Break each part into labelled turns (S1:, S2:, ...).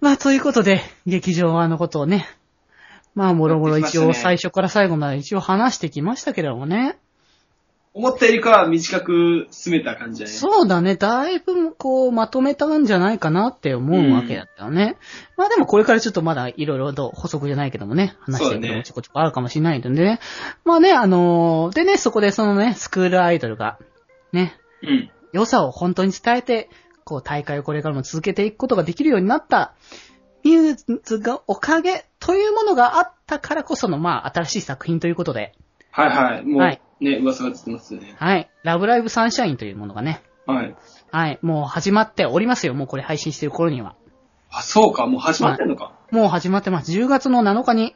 S1: まあ、ということで、劇場版のことをね、まあ、もろもろ
S2: やってき
S1: 一
S2: ましたね
S1: 応最初から最後まで一応話してきましたけれどもね。
S2: 思ったよりかは短く進めた感じだね。
S1: そうだね。だいぶ、こう、まとめたんじゃないかなって思うわけだったよね。まあでも、これからちょっとまだ、いろいろと補足じゃないけどもね、話していくの
S2: そうだ
S1: も
S2: ね
S1: ちょこちょこあるかもしれないのでね。まあね、あのーでね、そこでそのね、スクールアイドルが、ね、
S2: うん。
S1: 良さを本当に伝えて、こう、大会をこれからも続けていくことができるようになった、ミューズがおかげというものがあったからこその、まあ、新しい作品ということで、
S2: はいはい。もう、
S1: はい
S2: ね、噂がつってますよね。
S1: はい、ラブライブサンシャインというものがね、
S2: はい。
S1: はい、もう始まっておりますよ、もうこれ配信してる頃には。
S2: あ、そうか。もう始まってんのか。
S1: もう始まってます。10月の7日に、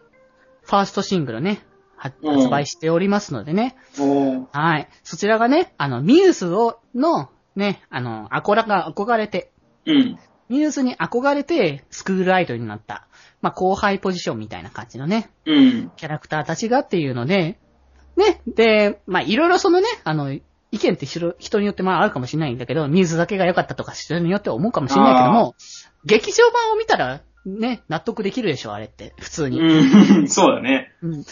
S1: ファーストシングルね、は
S2: うん
S1: 発売しておりますのでね、
S2: おー。
S1: はい、そちらがね、あの、ミューズを、の、ね、あの、憧れが、憧れて、
S2: うん。
S1: ミューズに憧れてスクールアイドルになった、まあ、後輩ポジションみたいな感じのね、
S2: うん。
S1: キャラクターたちがっていうので、ね、で、まあ、いろいろそのね、あの、意見って人人によってまああるかもしれないんだけど、ミューズだけが良かったとか人によって思うかもしれないけども、劇場版を見たら、ね、納得できるでしょ、あれって、普通に。
S2: うん。 そうだね。
S1: うん。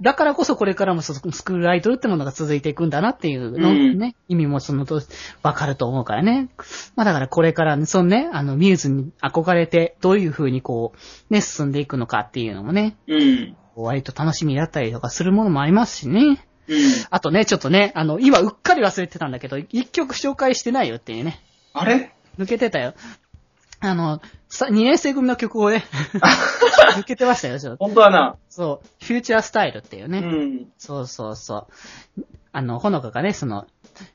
S1: だからこそこれからもそスクールアイドルってものが続いていくんだなっていうの、
S2: うん
S1: ね、意味もそのと、わかると思うからね。まあだからこれからね、そのね、あの、ミューズに憧れて、どういう風にこう、ね、進んでいくのかっていうのもね、
S2: うん。
S1: 割と楽しみだったりとかするものもありますしね。
S2: うん。
S1: あとね、ちょっとね、あの、今うっかり忘れてたんだけど、一曲紹介してないよっていうね。
S2: あれ
S1: 抜けてたよ。あの、さ、2年生組の曲 をね、抜けてましたよ、ちょっと。
S2: 本当はな。
S1: そう、フューチャースタイルっていうね。
S2: うん。
S1: そうそうそう。あの、ほのかがね、その、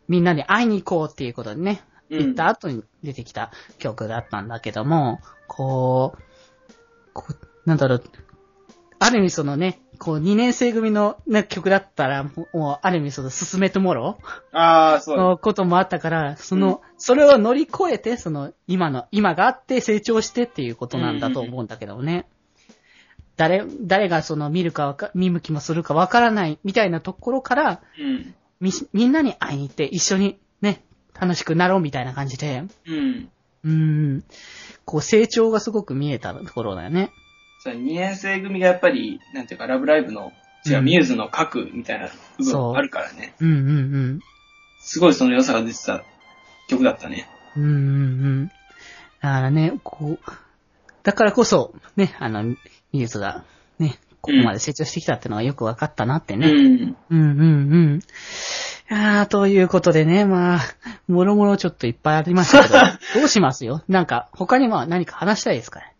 S1: みんなに会いに行こうっていうことでね、
S2: う
S1: 行
S2: ん。
S1: った後に出てきた曲だったんだけども、こう、こう、なんだろう、ある意味そのね、こう、2年生組の、ね、曲だったら、もう、もうある意味その、進めてもろ
S2: ああ、そうだ。
S1: のこともあったから、その、それを乗り越えて、その、今の、今があって成長してっていうことなんだと思うんだけどね。誰、誰がその見るかわか、見向きもするかわからないみたいなところから、
S2: うん。
S1: み、みんなに会いに行って一緒にね、楽しくなろうみたいな感じで、
S2: うん。
S1: うーん、こう成長がすごく見えたところだよね。
S2: そう2年生組がやっぱり、なんていうか、ラブライブの、違う、
S1: うん
S2: ミューズの核みたいな部
S1: そ
S2: 分
S1: う
S2: あるからね。
S1: うんうん
S2: すごいその良さが出てた曲だったね。
S1: うん。うんうんうん。だからね、こう、だからこそ、ね、あの、技術が、ね、ここまで成長してきたってのがよく分かったなって
S2: う
S1: ね。
S2: ん。
S1: うん、うん、うんうん。ああ、ということでね、まあ、もろもろちょっといっぱいありましたけ ど、どうしますよなんか、他にも何か話したいですかね。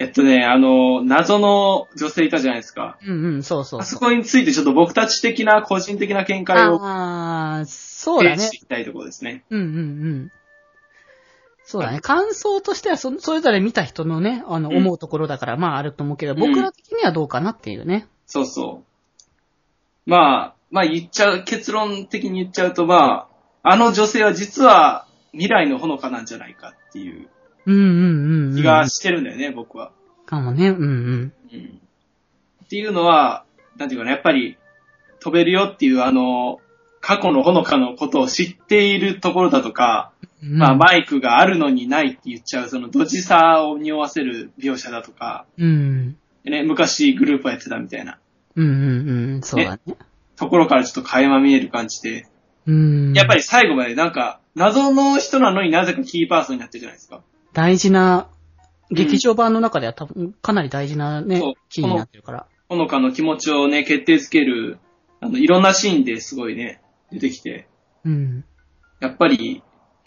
S2: えっとね、あの、謎の女性いたじゃないですか。
S1: うんうん、そうそう
S2: あそ
S1: そう。
S2: こについてちょっと僕たち的な個人的な見解を
S1: ああ、そうだね
S2: 提示して。いきたいところですね。
S1: うんうんうん。そうだね。感想としてはそ、それぞれ見た人のね、あの、
S2: うん
S1: 思うところだから、まああると思うけど、
S2: うん
S1: 僕ら的にはどうかなっていうね。
S2: そうそう。まあ、まあ言っちゃう、結論的に言っちゃうとまあ、あの女性は実は未来のほのかなんじゃないかっていう
S1: うんうんうん、うん。
S2: 気がしてるんだよね、僕は。
S1: かもね。うんうん。
S2: うんっていうのは、なんていうかな、やっぱり、飛べるよっていう、あの、過去のほのかのことを知っているところだとか、
S1: うん
S2: まあ、マイクがあるのにないって言っちゃう、その、ドジさを匂わせる描写だとか、
S1: うん。
S2: ね、昔グループをやってたみたいな
S1: うんうんうん。そうだね。
S2: ところからちょっと垣間見える感じで、
S1: うん。
S2: やっぱ
S1: り。
S2: り最後までなんか、謎の人なのになぜかキーパーソンになってるじゃないですか。
S1: 大事な、劇場版の中では多分、かなり大事なね
S2: そう、
S1: キーになってるから。
S2: ほのかの気持ちをね、決定づける、あの、いろんなシーンですごいね、出てきて、
S1: うん。
S2: やっぱり、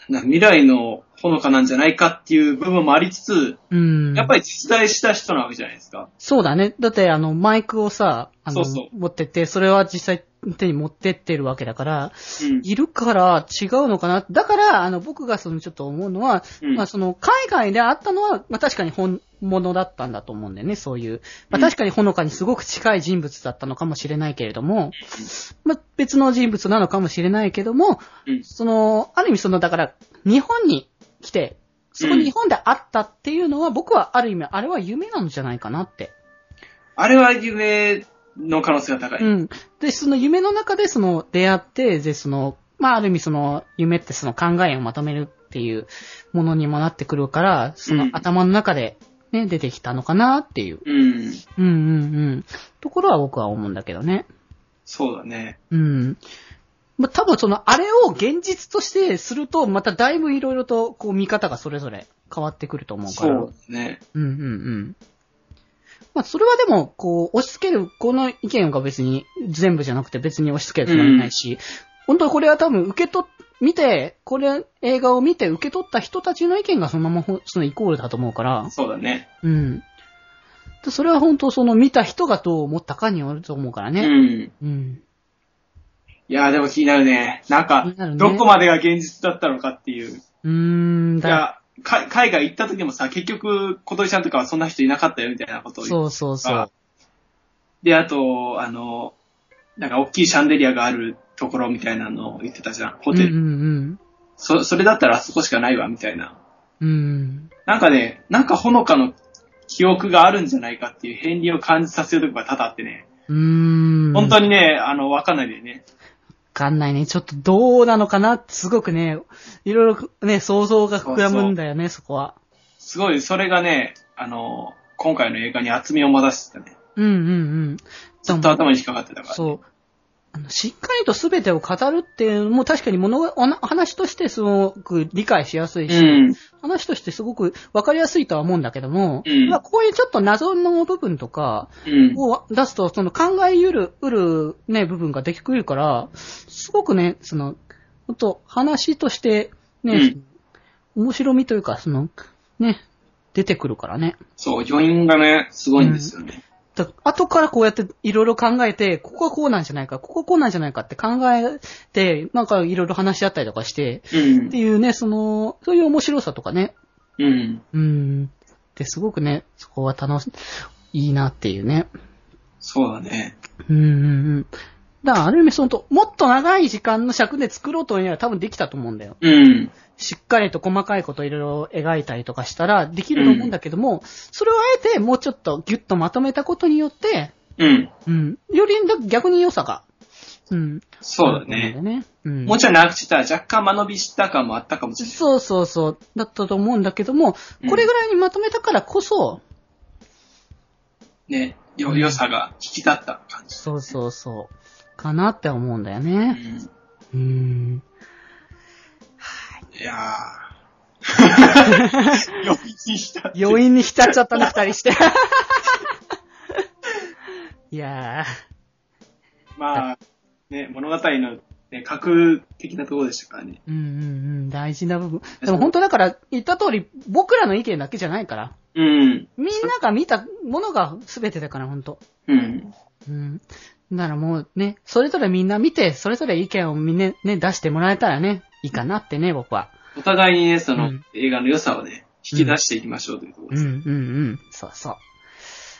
S2: な未来のほのかなんじゃないかっていう部分もありつつ、
S1: うん。
S2: やっぱり実在した人なわけじゃないですか。
S1: そうだね。だって、あの、マイクをさ、あの、
S2: そうそ
S1: 持ってって、それは実際手に持ってってるわけだから、
S2: うん。
S1: いるから違うのかな。だから、あの、僕がそのちょっと思うのは、
S2: うん
S1: まあその、海外であったのは、まあ確かに本物だったんだと思うんだよね、そういう。ま
S2: う
S1: あ
S2: ん
S1: 確かにほのかにすごく近い人物だったのかもしれないけれども、まあ別の人物なのかもしれないけども、
S2: うん
S1: その、ある意味その、だから、日本に来て、そこ
S2: うん
S1: に日本で会ったっていうのは、僕はある意味、あれは夢なんじゃないかなって。
S2: あれは夢の可能性が高い。
S1: うん。で、その夢の中でその出会って、で、その、まあ、ある意味その夢ってその考えをまとめるっていうものにもなってくるから、そ
S2: うん
S1: の頭の中で、ね、ね、出てきたのかなっていう。
S2: う
S1: う
S2: ん。
S1: んうんうん。ところは僕は思うんだけどね。
S2: そうだね。
S1: うん。まあ、多分その、あれを現実としてすると、まただいぶいろいろと、こう、見方がそれぞれ変わってくると思うか
S2: そ
S1: ら。
S2: うだね。
S1: うんうんうん。まあ、それはでも、こう、押し付ける、この意見が別に、全部じゃなくて別に押し付けるつもりないし、本当はこれは多分受け取っ、見て、これ、映画を見て受け取った人たちの意見がそのままほ、そのイコールだと思うから、
S2: そうだね。
S1: うん。でそれは本当その見た人がどう思ったかによると思うから
S2: う
S1: ね。
S2: ん。
S1: うん。
S2: いやーでも気になるね。なんか
S1: 気になる、ね
S2: どこまでが現実だったのかっていう。
S1: うーん、
S2: い
S1: だ、
S2: や、か海外行った時もさ、結局、小鳥ちゃんとかはそんな人いなかったよみたいなことを言って
S1: そうそうそう。
S2: で、あと、あの、なんか大きいシャンデリアがあるところみたいなのを言ってたじゃん。ホテル。
S1: うんうん
S2: そ、それだったらあそこしかないわ、みたいな。
S1: うん。うん。
S2: なんかね、なんかほのかの記憶があるんじゃないかっていう片鱗を感じさせるとこが多々あってね。
S1: うーん。
S2: 本当
S1: わ
S2: にね、あの、わかんないでね。
S1: かんないね。ちょっとどうなのかなってすごくね、いろいろね、想像が膨らむんだよね、そこは。
S2: すごい、それがね、あの、今回の映画に厚みを増してたね。
S1: うんうんうん。
S2: ずっと頭に引っかかってたから。
S1: そう。あの、しっかりと全てを語るっていうのも確かに物が、おな話としてすごく理解しやすいし、
S2: うん。
S1: 話としてすごく分かりやすいとは思うんだけども、
S2: うん
S1: まあこういうちょっと謎の部分とか
S2: うん。
S1: を出すと、その考えうる、うるね、部分ができくるから、すごくね、その、ほんと話として
S2: う
S1: ね
S2: ん、
S1: 面白みというか、その、ね、出てくるからね。
S2: そう、余韻がね、すごいんですよね。
S1: だ後からこうやっていろいろ考えて、ここはこうなんじゃないか、ここはこうなんじゃないかって考えて、なんかいろいろ話し合ったりとかして、
S2: うん
S1: って。いうね、その、そういう面白さとかね、
S2: うん。
S1: うん、ってすごくね、そこは楽し、いいなっていうね。
S2: そうだね。
S1: うんうんうん。だからある意味そのと、もっと長い時間の尺で作ろうというには多分できたと思うんだよ。
S2: うん。
S1: しっかりと細かいこといろいろ描いたりとかしたらできると思うんだけども、それをあえてもうちょっとギュッとまとめたことによって、
S2: うん。
S1: うん。よりだ逆に良さが。うん。
S2: そうだね。
S1: うん。
S2: もうちょい長くしてたら若干間延びした感もあったかもしれない。
S1: そうそうそう。だったと思うんだけども、これぐらいにまとめたからこそ、
S2: ね、よ、良さが引き立った感じ。
S1: そうそうそう。かなって思うんだよ
S2: う
S1: ね。
S2: ん。
S1: うん。
S2: いや ー。 より引き立って
S1: 余韻に浸っちゃ ったね、二人して。いやー。
S2: まあ、ね、物語の、ね、核的なところでしたからね。
S1: うんうんうん。大事な部分。でも本当だから、言った通り、僕らの意見だけじゃないから。
S2: うん。
S1: みんなが見たものが全てだから、本当
S2: うん。
S1: うん。だからもうね、それぞれみんな見て、それぞれ意見をみんなね、出してもらえたらね、いいかなってね、僕は。
S2: お互いにね、その、
S1: うん
S2: 映画の良さをね、引き出していきましょうというところ
S1: う
S2: で
S1: んう
S2: す。
S1: んうん。そうそう。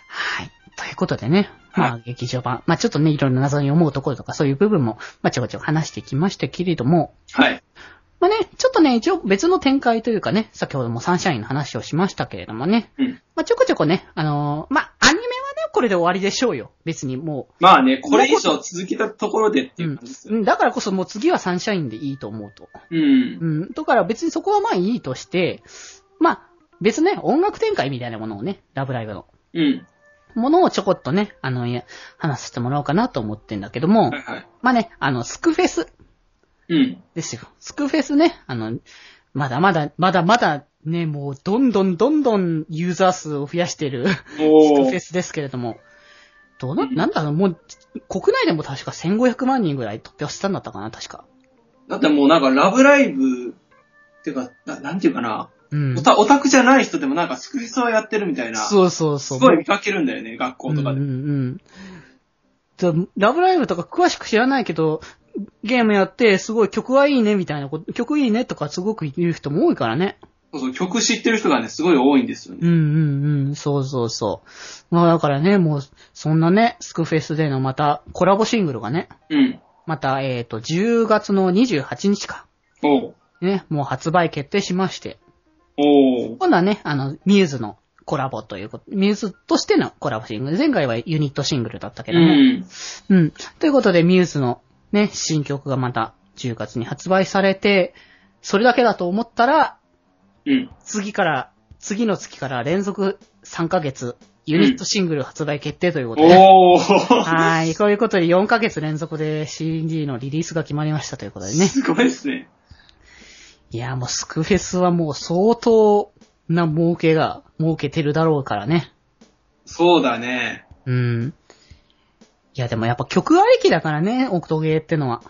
S1: はい。ということでね、まあ、劇場版。まあ、ちょっとね、いろんな謎に思うところとか、そういう部分も、まあ、ちょこちょこ話してきましたけれども、
S2: はい。
S1: まあね、ちょっとね、一応別の展開というかね、先ほどもサンシャインの話をしましたけれどもね、
S2: うん。
S1: まあ、ちょこちょこね、あのーまあ、アニメはね、これで終わりでしょうよ。別にも
S2: まあね、これ以上続けたところでって
S1: う。
S2: いう
S1: う
S2: 感じですよ。
S1: ん。だからこそもう次はサンシャインでいいと思うと。
S2: うん。
S1: うん。だから別にそこはまあいいとして、まあ、別ね、音楽展開みたいなものをね、ラブライブの。
S2: うん。
S1: ものをちょこっとね、あの、いや話してもらおうかなと思ってんだけども
S2: はい、はい。
S1: まあね、あの、スクフェス
S2: うん。
S1: ですよ。スクフェスね、あの、まだまだ、まだまだね、もうどんどんどんどんユーザー数を増やしてる スク
S2: お
S1: フェ
S2: ー。
S1: スですけれども、どうな、
S2: うん
S1: なんだろう、もう、国内でも確か1500万人ぐらい突破したんだったかな、確か。
S2: だってもうなんか、ラブライブ、っていうか、ななんていうかな、
S1: うん
S2: オ。タ、オタクじゃない人でもなんか、スクフェスをやってるみたいな。
S1: そうそうそう。
S2: すごい見かけるんだよね、学校とか
S1: う
S2: で。
S1: んうんうんじゃあラブライブとか詳しく知らないけど、ゲームやって、すごい曲はいいねみたいなこと、曲いいねとかすごく言う人も多いからね。
S2: そうそう、曲知ってる人がね、すごい多いんですよ
S1: う
S2: ね。
S1: んうんうん、そうそうそう。まあだからね、もう、そんなね、スクフェスでのまたコラボシングルがね、
S2: うん。
S1: また、えっ、と、10月の28日か。
S2: おう
S1: ね、もう発売決定しまして。
S2: おう
S1: 今度はね、あの、ミューズのコラボということ、ミューズとしてのコラボシングル。前回はユニットシングルだったけ
S2: う
S1: ども、
S2: ん。
S1: うん。ということで、ミューズのね、新曲がまた10月に発売されて、それだけだと思ったら、
S2: うん。
S1: 次から次の月から連続3ヶ月、ユニットシングル発売決定ということで、ね
S2: おー
S1: はい。こういうことで4ヶ月連続で CD のリリースが決まりましたということでね。
S2: すごいですね。
S1: いや、もうスクフェスはもう相当な儲けが、儲けてるだろうからね。
S2: そうだね。
S1: うん。いや、でもやっぱ曲ありきだからね、オクトゲーってのは。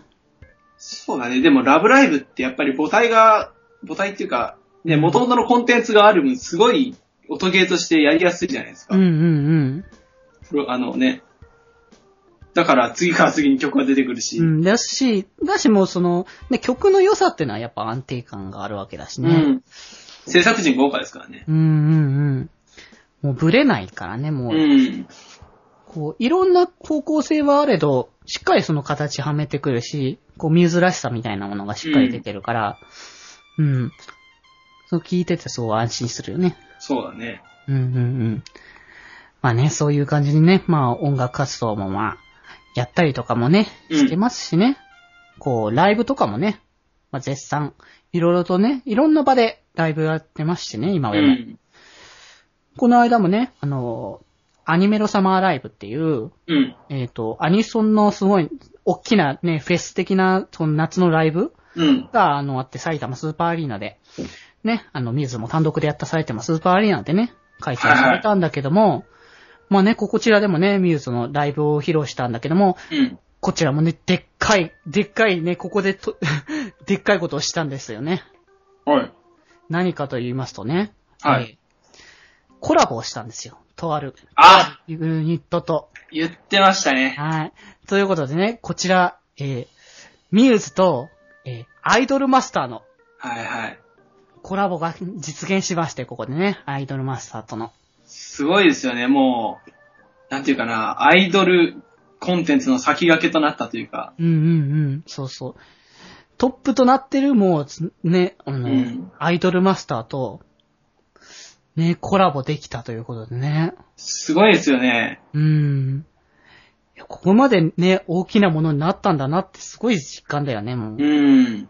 S2: そうだね。でも、ラブライブってやっぱり母体が、母体っていうか、ね、元々のコンテンツがある分、すごい音ゲーとしてやりやすいじゃないですか。
S1: うんうん
S2: プロあのね。だから、次から次に曲が出てくるし。
S1: うん。うん、だし、だしもうその、ね、曲の良さっていうのはやっぱ安定感があるわけだし
S2: う
S1: ね。
S2: ん制作陣豪華ですからね。
S1: うんうんうん。もうブレないからね、もう。
S2: うん。
S1: こう、いろんな方向性はあれど、しっかりその形はめてくるし、こう、ミューズらしさみたいなものがしっかり出てるから、うん。そう聞いててそう安心するよね。
S2: そうだね。
S1: うんうんうん。まあね、そういう感じにね、まあ音楽活動もまあ、やったりとかもね、
S2: うん
S1: してますしね。こう、ライブとかもね、まあ絶賛、いろいろとね、いろんな場でライブやってますしね、今
S2: う
S1: はね。
S2: ん。
S1: この間もね、あの、アニメロサマーライブっていう、
S2: うん。
S1: えっ、と、アニソンのすごい、大きなね、フェス的な、その夏のライブ
S2: うん。
S1: が、あの、あって、埼玉スーパーアリーナで、ね、あの、ミズも単独でやった埼玉スーパーアリーナでね、開催されたんだけども、まあね、こちらでもね、ミューズのライブを披露したんだけども、
S2: うん。
S1: こちらもね、でっかい、でっかいね、ここでと、 でっかいことをしたんですよね。
S2: はい。
S1: 何かと言いますとね、
S2: は
S1: え
S2: い。
S1: ーコラボをしたんですよ。とある、
S2: あ
S1: ユニットと。
S2: 言ってましたね。
S1: はい。ということでね、こちら、えー、ミューズと、えー、アイドルマスターの
S2: はいはい。
S1: コラボが実現しまして、ここでね、アイドルマスターとの。
S2: すごいですよね。もう、なんていうかな、アイドルコンテンツの先駆けとなったというか。
S1: うんうんうん、そうそう。トップとなってる、もうつ、ね、あの、
S2: うん
S1: アイドルマスターと、ね、コラボできたということでね。
S2: すごいですよね。
S1: うん。いやここまでね、大きなものになったんだなって、すごい実感だよね、もう。
S2: うん。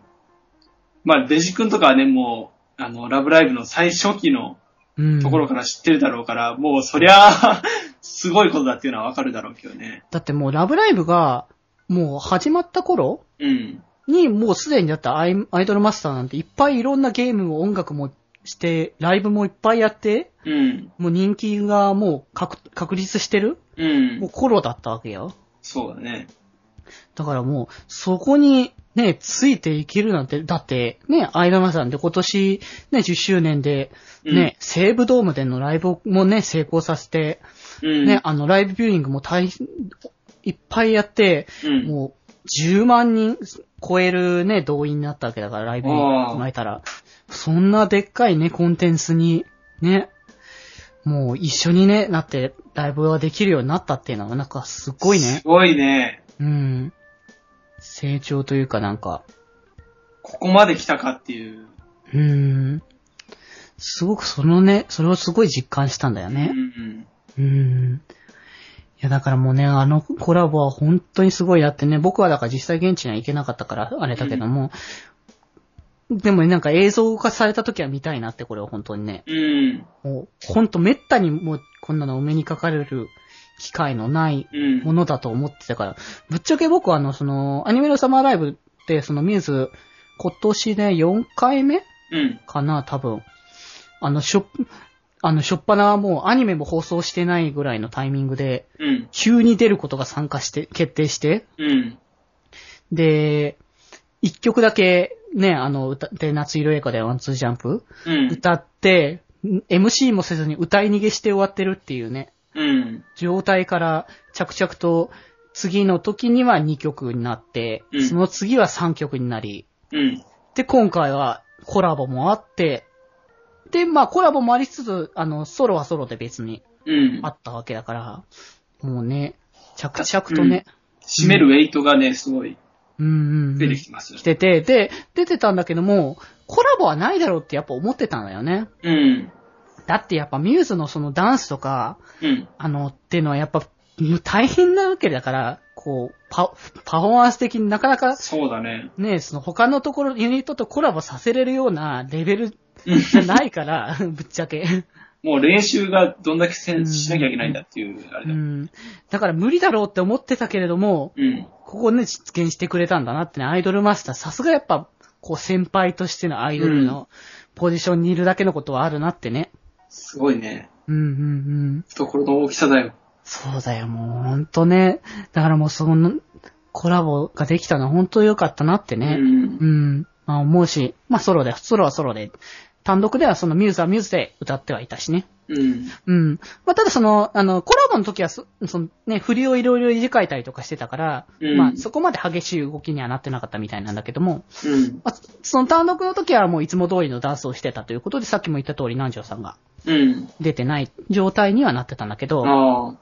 S2: まあ、デジ君とかはね、もう、あの、ラブライブの最初期の
S1: うん。
S2: ところから知ってるだろうから、もうそりゃ、 すごいことだっていうのはわかるだろうけどね。
S1: だってもう、ラブライブが、もう始まった頃
S2: うん。
S1: に、もうすでにだったアイアイドルマスターなんていっぱいいろんなゲームも音楽もして、ライブもいっぱいやって、
S2: うん。
S1: もう人気がもう確確立してる、
S2: うん
S1: もう。頃だったわけよ。
S2: そうだね。
S1: だからもう、そこにね、ついていけるなんて、だってね、アイドルマスターなんて今年ね、10周年で、
S2: うん
S1: ね、西武ドームでのライブもね、成功させて、
S2: うん。
S1: ね、あの、ライブビューイングも大、いっぱいやって、
S2: うん。
S1: もう、10万人超えるね、動員になったわけだから、ライブに踏まえたら。そんなでっかいね、コンテンツに、ね、もう一緒にね、なって、ライブができるようになったっていうのは、なんかすごいね
S2: す。ごいね。
S1: うん。成長というかなんか、
S2: ここまで来たかっていう。
S1: うん。すごくそのね、それをすごい実感したんだよ
S2: う
S1: ね。
S2: ん。
S1: うん。いや、だからもうね、あのコラボは本当にすごいなってね、僕はだから実際現地には行けなかったから、あれだけども、でもね、なんか映像化された時は見たいなって、これは本当にね。
S2: うん。
S1: もう、ほんとめったにもう、こんなのお目にかかれる機会のない
S2: うん。
S1: ものだと思ってたから、ぶっちゃけ僕はあの、その、アニメのサマーライブって、そのミューズ、今年ね、4回目
S2: うん。
S1: かな、多分。あの、しょ、あの、しょっぱなもうアニメも放送してないぐらいのタイミングで、
S2: うん。
S1: 急に出ることが参加して、決定して、
S2: うん。
S1: で、一曲だけ、ね、あの、歌で、夏色映画でワンツージャンプ、
S2: うん。
S1: 歌って、ん MC もせずに歌い逃げして終わってるっていうね、
S2: うん。
S1: 状態から着々と、次の時には2曲になって
S2: う、ん
S1: その次は3曲になり、
S2: うん。
S1: で、今回はコラボもあって、で、まあコラボもありつつ、あの、ソロはソロで別に
S2: うん
S1: あ。ったわけだから、もうね、着々とね、
S2: 締めるウェイトがね、すごい
S1: うん、うんうん
S2: 出てきてますよ
S1: 来。てて、で、出てたんだけども、コラボはないだろうってやっぱ思ってたんだよね。
S2: うん。
S1: だってやっぱミューズのそのダンスとか、
S2: うん。
S1: あの、っていうのはやっぱうん大変なわけだから、こう、パパフォーマンス的になかなか
S2: そうだね。
S1: ね、その他のところ、ユニットとコラボさせれるようなレベルじゃないから、 ぶっちゃけ。
S2: もう練習がどんだけせんしなきゃいけないんだっていう、あれ
S1: う
S2: だ。
S1: ん。だから無理だろうって思ってたけれども、
S2: うん。
S1: ここね、実現してくれたんだなってね、アイドルマスター、さすがやっぱ、こう先輩としてのアイドルのポジションにいるだけのことはあるなってね。
S2: すごいね。
S1: うんうんうん。
S2: 懐の大きさだよ。
S1: そうだよ、もうほんとね。だからもうその、コラボができたのは本当良かったなって
S2: う
S1: ね。
S2: ん
S1: う。ん。まあ思うし、まあソロで、ソロはソロで、単独ではそのミューズはミューズで歌ってはいたしね。
S2: うん。
S1: うん。まあ、ただその、あの、コラボの時はそ、そのね、振りをいろいろいじかえたりとかしてたから、
S2: うん
S1: まあ、そこまで激しい動きにはなってなかったみたいなんだけども、
S2: うん。
S1: まあ、その単独の時はもういつも通りのダンスをしてたということで、さっきも言った通り南條さんが
S2: うん。
S1: 出てない状態にはなってたんだけど、
S2: ああ。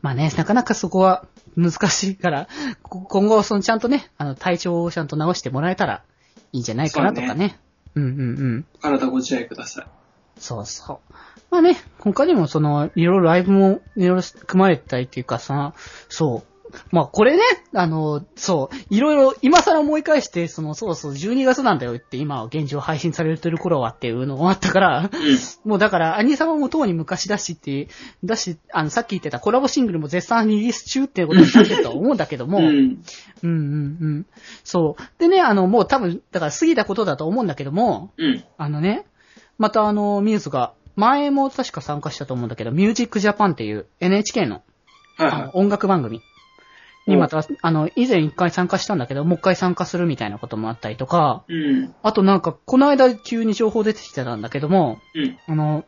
S1: まあね、なかなかそこは難しいから、こ今後、そのちゃんとね、あの、体調をちゃんと直してもらえたらいいんじゃないかなとか
S2: そう
S1: ねうんうんうん。
S2: 体ご自愛ください。
S1: そうそう。まあね、他にもその、いろいろライブも、いろいろ組まれたりっていうかさ、そう。まあこれね、あの、そう、いろいろ、今更思い返して、その、そうそう、12月なんだよって今、現状配信されてる頃はっていうのもあったから、
S2: う
S1: もうだから、アニサマもとうに昔だしって、だし、あの、さっき言ってたコラボシングルも絶賛リリース中っていうことになってるとは思うんだけども、
S2: ん。う
S1: う
S2: ん。
S1: んうんうん。そう。でね、あの、もう多分、だから過ぎたことだと思うんだけども、
S2: うん。
S1: あのね、またあの、ミューズが、前も確か参加したと思うんだけど、ミュージックジャパンっていう NHK の
S2: はい
S1: あ
S2: は
S1: の音楽番組に
S2: うん
S1: また、あの、以前一回参加したんだけど、もう一回参加するみたいなこともあったりとか、
S2: い。うん。
S1: あとなんか、この間急に情報出てきてたんだけども、
S2: うん。
S1: あの、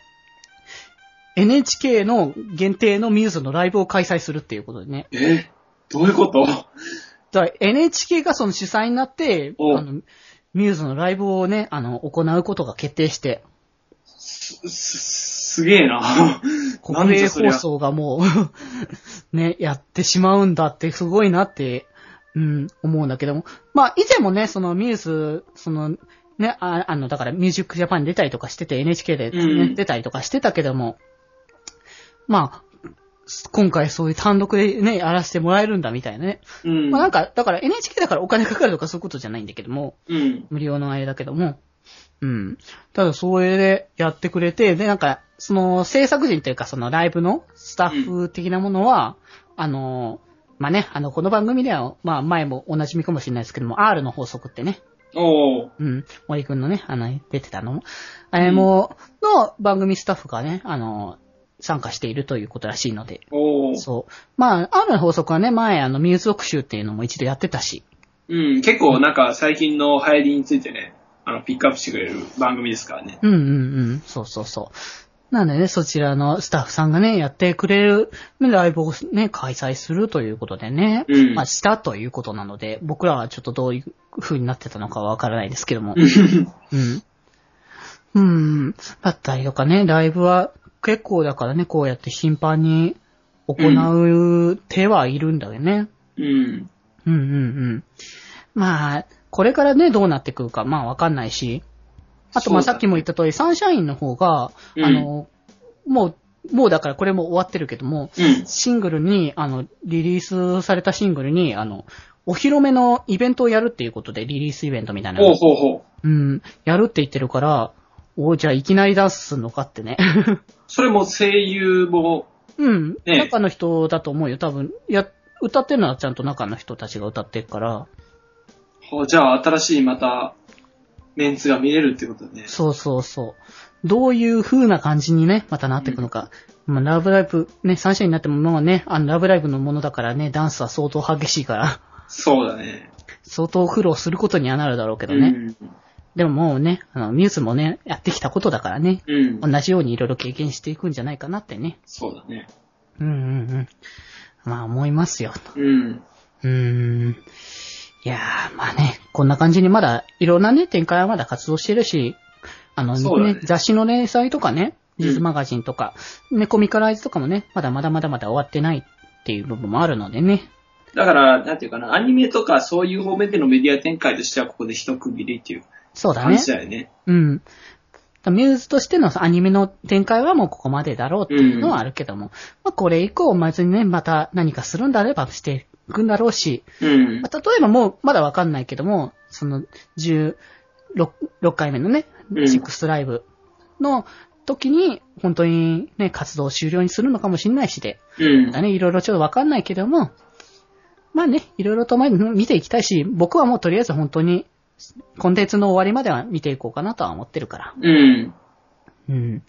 S1: NHK の限定のミューズのライブを開催するっていうことでね。
S2: えどういうこと
S1: だから NHK がその主催になって、
S2: お
S1: あの、ミューズのライブをね、あの、行うことが決定して、
S2: す、すすげ えな。なん
S1: 国営
S2: でそり
S1: 放
S2: ゃ
S1: 送がもう、 ね、やってしまうんだってすごいなって、うん、思うんだけども。まあ、以前もね、そのミューズ、その、ね、ああの、だからミュージックジャパンに出たりとかしてて、NHK で、ね
S2: うん
S1: 出たりとかしてたけども、まあ、今回そういう単独でね、やらせてもらえるんだみたいなね。
S2: うん。
S1: まあなんか、だから NHK だからお金かかるとかそういうことじゃないんだけども、
S2: うん。
S1: 無料のあれだけども。うん。ただ、それでやってくれて、で、なんか、その、制作人というか、そのライブのスタッフ的なものは、あの、まあ、ね、あの、この番組では、まあ、前もお馴染みかもしれないですけども、R の法則ってね、
S2: おー。
S1: うん、森くんのね、あの、出てたのも、あれも、の番組スタッフがね、あの、参加しているということらしいので、
S2: おー。
S1: そう。まあ、R の法則はね、前、あの、ミューズ特集っていうのも一度やってたし、
S2: うん。結構なんか最近の流行りについてね、あの、ピックアップしてくれる番組ですからね。
S1: うんうんうん。そうそうそう。なんでね、そちらのスタッフさんがね、やってくれるねライブをね、開催するということでね、
S2: うん
S1: まあ、したということなので、僕らはちょっとどういう風になってたのかはわからないですけども、うん。うん。だったりとかね、ライブは結構だからね、こうやって頻繁に行う手はいるんだよね。
S2: うん。
S1: うんうんうん。まあ、これからね、どうなってくるか、まあわかんないし。あと、まあさ
S2: そうだね
S1: っきも言った通り、サンシャインの方が、
S2: うん
S1: あの、もう、もうだからこれも終わってるけども、
S2: うん。
S1: シングルに、あの、リリースされたシングルに、あの、お披露目のイベントをやるっていうことで、リリースイベントみたいな
S2: ほう
S1: の。
S2: ほうほ
S1: う
S2: う。
S1: ん、やるって言ってるから、おじゃあいきなりダンスすんのかってね。
S2: それも声優も、
S1: うん、
S2: ねえ
S1: 中の人だと思うよ、多分。や、歌ってるのはちゃんと中の人たちが歌ってるから。
S2: ほうじゃあ新しいまた、メンツが見れるってことだね。
S1: そうそうそう。どういう風な感じにね、またなっていくのか。まあ、ラブライブ、ね、サンシャインになっても、まあね、あの、ラブライブのものだからね、ダンスは相当激しいから、
S2: そうだね。
S1: 相当苦労することにはなるだろうけどね。でももうね、あの、ミューズもね、やってきたことだからね、
S2: うん。うん。
S1: 同じようにいろいろ経験していくんじゃないかなってね。
S2: そうだね。
S1: うんうんうん。まあ思いますよ。
S2: うん。
S1: うーん。いやー、まあね、こんな感じにまだ、いろんなね、展開はまだ活動してるし、あの、
S2: そうだ
S1: ね
S2: ね
S1: 雑誌の連載とかね、
S2: うん
S1: ジズマガジンとか、ね、コミカライズとかもね、まだまだまだまだ終わってないっていう部分もあるのでね。
S2: だから、なんていうかな、アニメとかそういう方面でのメディア展開としては、ここで一区切りっていう
S1: そうだ
S2: 感
S1: ね
S2: じ。だよね。
S1: うん。ミューズとしてのアニメの展開はもうここまでだろうっていうのはあるけども、まあこれ以降、まずにね、また何かするんだればしていくんだろうし、
S2: うん
S1: ま。あ例えばもう、まだわかんないけども、その、16、6回目のね、
S2: うん
S1: シックスライブの時に、本当にね、活動を終了にするのかもしれないしで、
S2: うん。
S1: だね、いろいろちょっとわかんないけども、まあね、いろいろとまあ見ていきたいし、僕はもうとりあえず本当に、コンテンツの終わりまでは見ていこうかなとは思ってるから。
S2: うん。
S1: うん。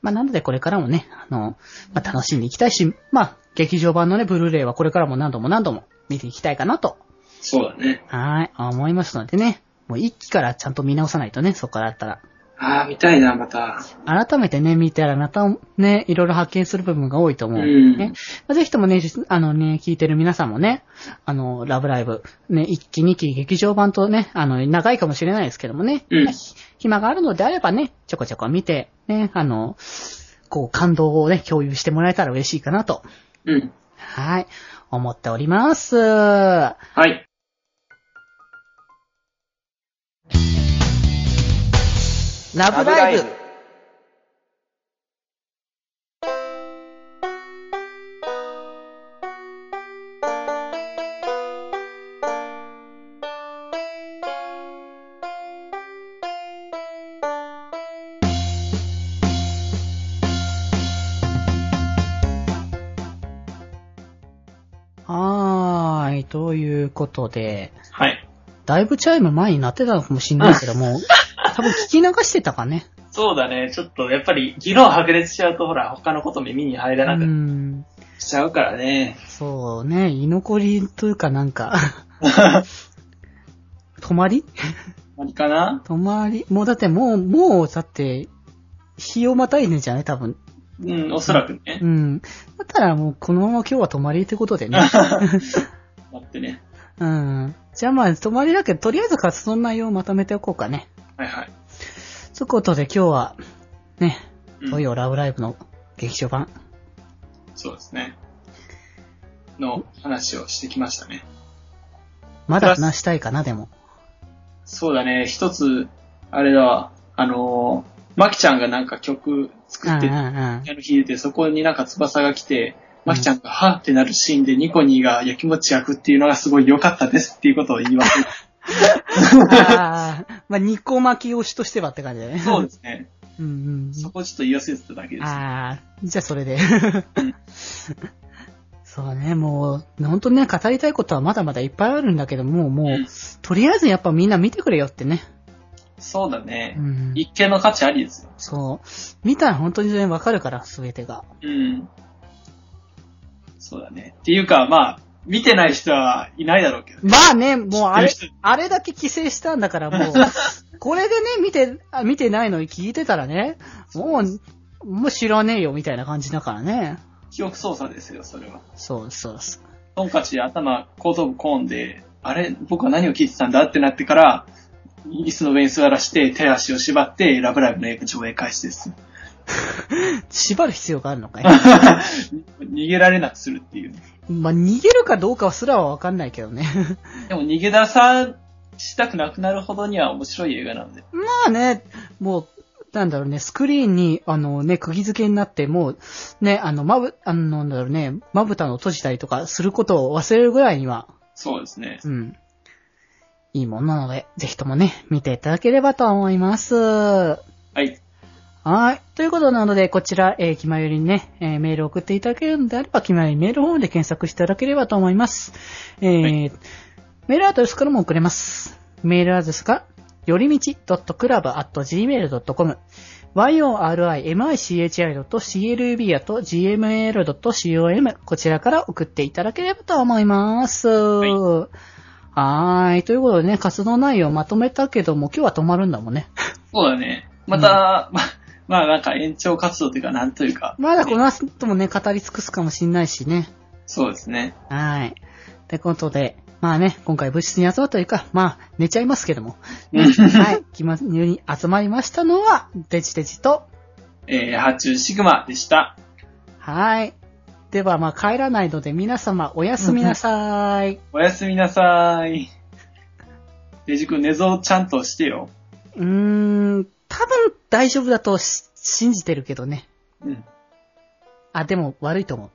S1: まあ、なのでこれからもね、あの、まあ、楽しんでいきたいし、まあ、劇場版のね、ブルーレイはこれからも何度も何度も見ていきたいかなと、
S2: そうだね。
S1: はい、思いますのでね、もう一期からちゃんと見直さないとね、そこからだったら。
S2: ああ、見たいな、また。
S1: 改めてね、見たらまたね、いろいろ発見する部分が多いと思う。
S2: うん
S1: ね。まあぜひともね、実あのね、聞いてる皆さんもね、あの、ラブライブ、ね、一期二期劇場版とね、あの、長いかもしれないですけどもね、
S2: うん
S1: まあひ暇があるのであればね、ちょこちょこ見て、ね、あの、こう、感動をね、共有してもらえたら嬉しいかなと、
S2: うん。
S1: はい、思っております。は
S2: はい。
S1: いラブライブはーい、ということで、
S2: はい。
S1: だいぶチャイム前になってたのかもしれないけども、多分聞き流してたかね。
S3: そうだね。ちょっと、やっぱり、議論白熱しちゃうと、ほら、他のこと耳に入
S1: う
S3: らなくなっ
S1: ん。
S2: しちゃうからね。
S1: そうね、居残りというかなんか、泊まり
S2: 何かな
S1: 泊まりもうだってもう、もうだって、日をまたいでんじゃない多分。
S2: うん、おそらくね
S1: う。ん。だったらもうこのまま今日は泊まりってことで ね。
S2: 待ってね。
S1: うん。じゃあまあ泊まりだけど、とりあえず活動の内容をまとめておこうかね。
S2: はいはい。
S1: そういうことで今日は、ね、
S2: うん
S1: 東洋ラブライブの劇場版。
S2: そうですね。の話をしてきましたね。
S1: まだ話したいかな、でも。
S2: そうだね。一つ、あれだわ。あのー、まきちゃんがなんか曲作
S1: うんうんう
S2: って、
S1: ん。
S2: や
S1: あ
S2: る日で、そこになんか翼が来て、まきちゃんがはってなるシーンでニコニーが焼きもち焼くっていうのがすごい良かったですっていうことを言い忘れて。
S1: あー、まあ、ニコ巻き推しとしてはって感じだね。
S2: そうですね。
S1: うんうん
S2: そこちょっと言い忘れてただけ
S1: うん。
S2: です。
S1: ああ、じゃあそれで
S2: うん。
S1: そうね、もう、本当にね、語りたいことはまだまだいっぱいあるんだけど、もう、もう
S2: うん、
S1: とりあえずやっぱみんな見てくれよってね。
S2: そうだ
S1: う
S2: ね。
S1: ん。
S2: 一見の価値ありですよ。
S1: そう。見たら本当にね、わかるから、すべてが。
S2: うん。そうだね。っていうか、まあ、見てない人はいないだろうけど。
S1: まあね、もうあれ
S2: 知ってる人、
S1: あれだけ規制したんだから、もう、これでね、見て、あ見てないのに聞いてたらね、もう、もう知らねえよ、みたいな感じだからね。
S2: 記憶操作ですよ、それは。
S1: そうそうそう。
S2: トンカチで頭、後頭部コーンで、あれ僕は何を聞いてたんだってなってから、椅子の上に座らして、手足を縛って、ラブライブの映画上映開始です。
S1: 縛る必要があるのかい
S2: 逃げられなくするっていう。
S1: まあ、逃げるかどうかはすらはわかんないけどね。
S2: でも逃げ出さ、したくなくなるほどには面白い映画なので。
S1: まあね、もう、なんだろうね、スクリーンに、あのね、釘付けになって、もう、ね、あの、まぶ、あの、なんだろうね、まぶたの閉じたりとかすることを忘れるぐらいには、
S2: そうですね。
S1: うん。いいものなので、ぜひともね、見ていただければと思います。は
S2: はい。
S1: い。ということなので、こちら、えー、気まよりにね、えーメールを送っていただけるのであれば、気まよりメールフォームで検索していただければと思います。えーメールアドレスからも送れます。メールアドレスが、よりみち .club.gmail.com yorimichi.club.gmail.com こちらから送っていただければと思います。はーい。ということでね、活動内容をまとめたけども、今日は止まるんだもんね。
S2: そうだね。また、ま、 まあなんか延長活動というか、なんというか。
S1: まだこの後もね、語り尽くすかもしんないしね。
S2: そうですね。
S1: はい。ってことで、まあね、今回物質に集まったというか、まあ、寝ちゃいますけ ども。はい。気まよりに集まりましたのは、デジデジと、
S2: えー、発注シグマでした。
S1: はい。では、まあ、帰らないので、皆様、おやすみなさーい。
S2: おやすみなさーい。 デジ君寝相ちゃんとしてよ。
S1: うーん、多分大丈夫だとし信じてるけどね。
S2: うん。
S1: あ、でも悪いと思う。